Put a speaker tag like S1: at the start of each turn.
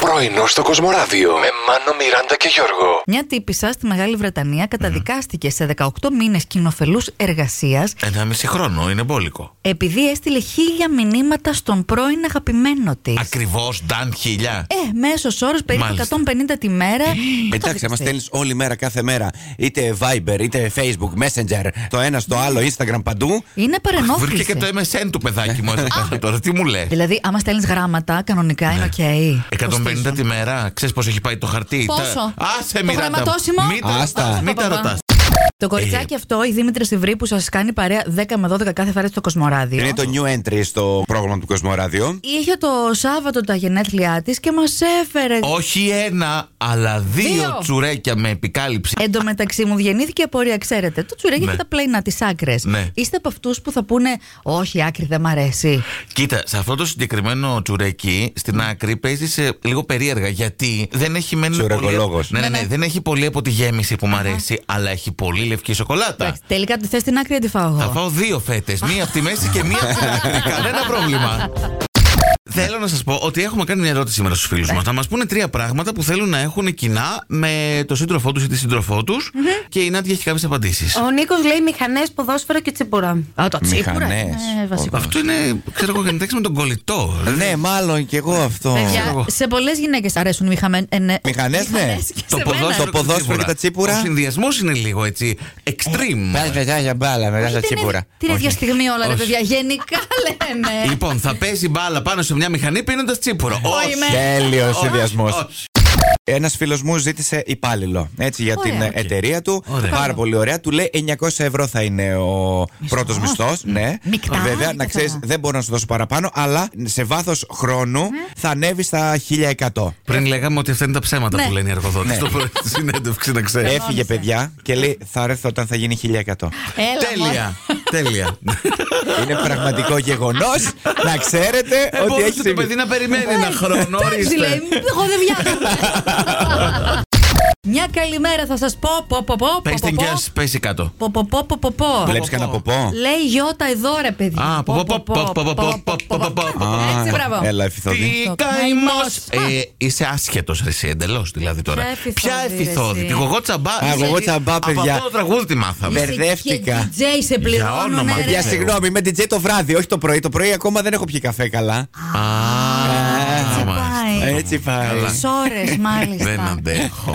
S1: Πρωινό στο Κοσμοράδιο με Μάνο, Μιράντα και Γιώργο.
S2: Μια τύπησα στη Μεγάλη Βρετανία καταδικάστηκε σε 18 μήνες κοινοφελούς εργασίας
S3: Ένα μισή χρόνο, είναι μπόλικο.
S2: επειδή έστειλε χίλια μηνύματα στον πρώην αγαπημένο της.
S3: Ακριβώς, Νταν χιλιά.
S2: Ε, μέσος όρος περίπου
S3: Μάλιστα.
S2: 150 τη μέρα.
S4: Ε, Εντάξει, άμα
S2: μας
S4: στέλνεις όλη μέρα, κάθε μέρα, είτε Viber, είτε Facebook, Messenger, το ένα στο άλλο, Instagram παντού.
S2: Είναι
S3: Βρήκε
S2: παρενόχληση.
S3: και το MSN του παιδάκι μου εδώ πέρα τώρα. Τι μου λες.
S2: Δηλαδή, άμα στέλνεις γράμματα, κανονικά είναι οκ. Κοστίζουν.
S3: 150 τη μέρα, ξέρεις πόσο έχει πάει το χαρτί.
S2: Πόσο?
S3: Τα- Άσε,
S2: Το
S3: Μιράντα.
S2: γραμματόσημο?
S3: Μην τα
S4: Άστα.
S3: ρωτάς, Μην τα
S2: Παπαπα.
S3: ρωτάς.
S2: Το κοριτσάκι αυτό, η Δήμητρη Σιβρή που σας κάνει παρέα 10 με 12 κάθε φορά στο Κοσμοράδιο.
S4: Είναι το new entry στο πρόγραμμα του Κοσμοράδιο.
S2: Είχε το Σάββατο τα γενέθλιά της και μας έφερε.
S3: Όχι ένα, αλλά
S2: Δύο. Ε.
S3: δύο τσουρέκια με επικάλυψη.
S2: Εν τω μεταξύ μου βγαινήθηκε απορία, ξέρετε. Το τσουρέκι
S3: Ναι.
S2: και τα πλέινα της άκρες.
S3: Ναι.
S2: Είστε από αυτούς που θα πούνε Όχι, η άκρη δεν μ' αρέσει.
S3: Κοίτα, σε αυτό το συγκεκριμένο τσουρέκι
S2: Ναι.
S3: στην άκρη παίζεις ε, λίγο περίεργα γιατί δεν έχει μεν.
S4: Τσουρεκολόγος.
S3: Πολύ... Ναι, ναι,
S2: Ναι,
S3: ναι,
S2: ναι.
S3: δεν έχει πολύ από τη γέμιση που μου αρέσει, αλλά έχει πολύ λευκή σοκολάτα.
S2: Εντάξει, τελικά τη θες την άκρη ή τη φάω
S3: Θα
S2: εγώ.
S3: φάω δύο φέτες. Μία από τη μέση και μία από την άκρη. Κανένα πρόβλημα. Θέλω να σας πω ότι έχουμε κάνει μια ερώτηση σήμερα στους φίλους
S4: Ναι.
S3: μας. Θα μας πούνε τρία πράγματα που θέλουν να έχουν κοινά με το σύντροφό τους ή τη σύντροφό τους. Και η Νάντια έχει κάποιες απαντήσεις.
S5: Ο Νίκος λέει μηχανές, ποδόσφαιρο και τσίπουρα.
S2: Α, το τσίπουρα.
S4: Μηχανές.
S2: Ναι, βασικό.
S3: Αυτό είναι, ξέρω εγώ, γενετάξει με τον κολλητό.
S4: Ναι, μάλλον κι εγώ αυτό.
S2: Παιδιά, σε πολλές γυναίκες αρέσουν οι μηχαμέ... ε, ναι.
S4: Μηχανές, ναι.
S2: Μηχανές και
S3: Το
S2: σε μένα.
S3: ποδόσφαιρο,
S4: Το ποδόσφαιρο και τα τσίπουρα. Ε,
S3: Ο συνδυασμός είναι λίγο έτσι. Extreme.
S4: για μπάλα,
S2: Όχι,
S4: μεγάλα
S2: την ίδια- Την ίδια στιγμή όλα, ρε
S3: Όχι.
S2: παιδιά. Γενικά λέμε.
S3: Λοιπόν, θα παίζει μπάλα πάνω σε μια μηχανή πίνοντας τσίπουρο. Όχι.
S2: είμαι.
S4: Τέλειος συνδυασμός.
S3: όχι.
S4: Ένας φίλος μου ζήτησε υπάλληλο έτσι, για
S2: Ωραία.
S4: την
S2: Οκ.
S4: εταιρεία του.
S3: Ωραία.
S4: Πάρα πολύ ωραία. Του λέει 900 ευρώ θα είναι ο πρώτος μισθός. Ναι,
S2: Μεικτά,
S4: βέβαια,
S2: μεικτά.
S4: να ξέρεις, δεν μπορώ να σου δώσω παραπάνω, αλλά σε βάθος χρόνου
S2: Ναι.
S4: θα ανέβει στα 1100.
S3: Πριν λέγαμε ότι αυτά είναι τα ψέματα
S2: Ναι.
S3: που λένε οι εργοδότες.
S4: Ναι. Ε,
S3: Το πρωί στη συνέντευξης, να ξέρεις.
S4: Έφυγε, παιδιά, και λέει θα έρθω όταν θα γίνει 1100.
S2: Έλα, μωρέ.
S3: Τέλεια. Τέλεια.
S4: Είναι πραγματικό γεγονός. να ξέρετε
S3: Ε,
S4: ότι
S3: μπορούσε
S4: έχει
S3: το
S4: συμβεί.
S3: παιδί να περιμένει ένα χρόνο.
S2: Ε, Εντάξει, λέει,
S3: ορίστε.
S2: εγώ δεν βγαίνω. Μια καλημέρα θα σας πω. Πω, πω, πω, πω,
S3: Πες
S2: πω,
S3: την
S2: πω.
S3: κι ας πέσει κάτω.
S2: Πω, πω, πω, πω, πω, πω.
S4: Βλέπεις κανένα ποπό.
S2: Λέει Ιώτα εδώ ρε παιδί.
S3: Α, πω, πω, πω, πω, πω, πω, πω, πω, πω, πω.
S4: Α,
S2: Ε, Έτσι, μπράβο.
S4: Έλα, εφηθόδη.
S3: Τι
S2: Το
S3: καημός.
S2: καημός.
S3: Ε, Είσαι άσχετος εσύ εντελώς δηλαδή τώρα.
S2: Ποια εφηθόδη,
S3: Ποια
S2: ρε,
S3: εφηθόδη.
S2: εσύ.
S3: Τη γογό τσαμπά.
S4: Α, γογό τσαμπά,
S3: Από
S4: παιδιά.
S3: αυτό το τραγούδι τη μάθαμε.
S4: Μπε- μπερδεύτηκα.
S2: DJ σε πληρώνουν.
S3: όνομα,
S4: Για
S3: παιδιά,
S2: ρε.
S3: συγγνώμη.
S4: συγγνώμη, είμαι DJ το βράδυ, όχι το πρωί. Το πρωί ακόμα δεν έχω πιει καφέ καλά.
S3: Α,
S2: έτσι
S3: μάλιστα.
S2: πάει.
S4: Έτσι πάει.
S3: Καλά.
S2: Τις ώρες
S3: Δεν
S2: μάλιστα.
S3: αντέχω.